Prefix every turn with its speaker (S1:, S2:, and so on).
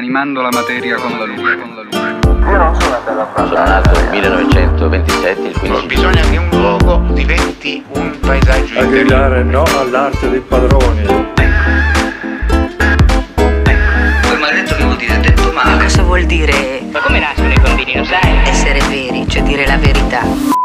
S1: animando la materia con la luce, con la luce.
S2: Io non sono andato a
S3: Sono
S2: parlare.
S3: nato nel 1927, il 15 giugno.
S4: Bisogna che un luogo diventi un paesaggio
S5: a
S4: interiore.
S5: gridare no all'arte dei padroni.
S6: Poi mi ha detto che vuol dire detto male.
S7: Cosa vuol dire
S8: Ma come nascono i bambini, lo sai?
S7: essere veri, cioè dire la verità?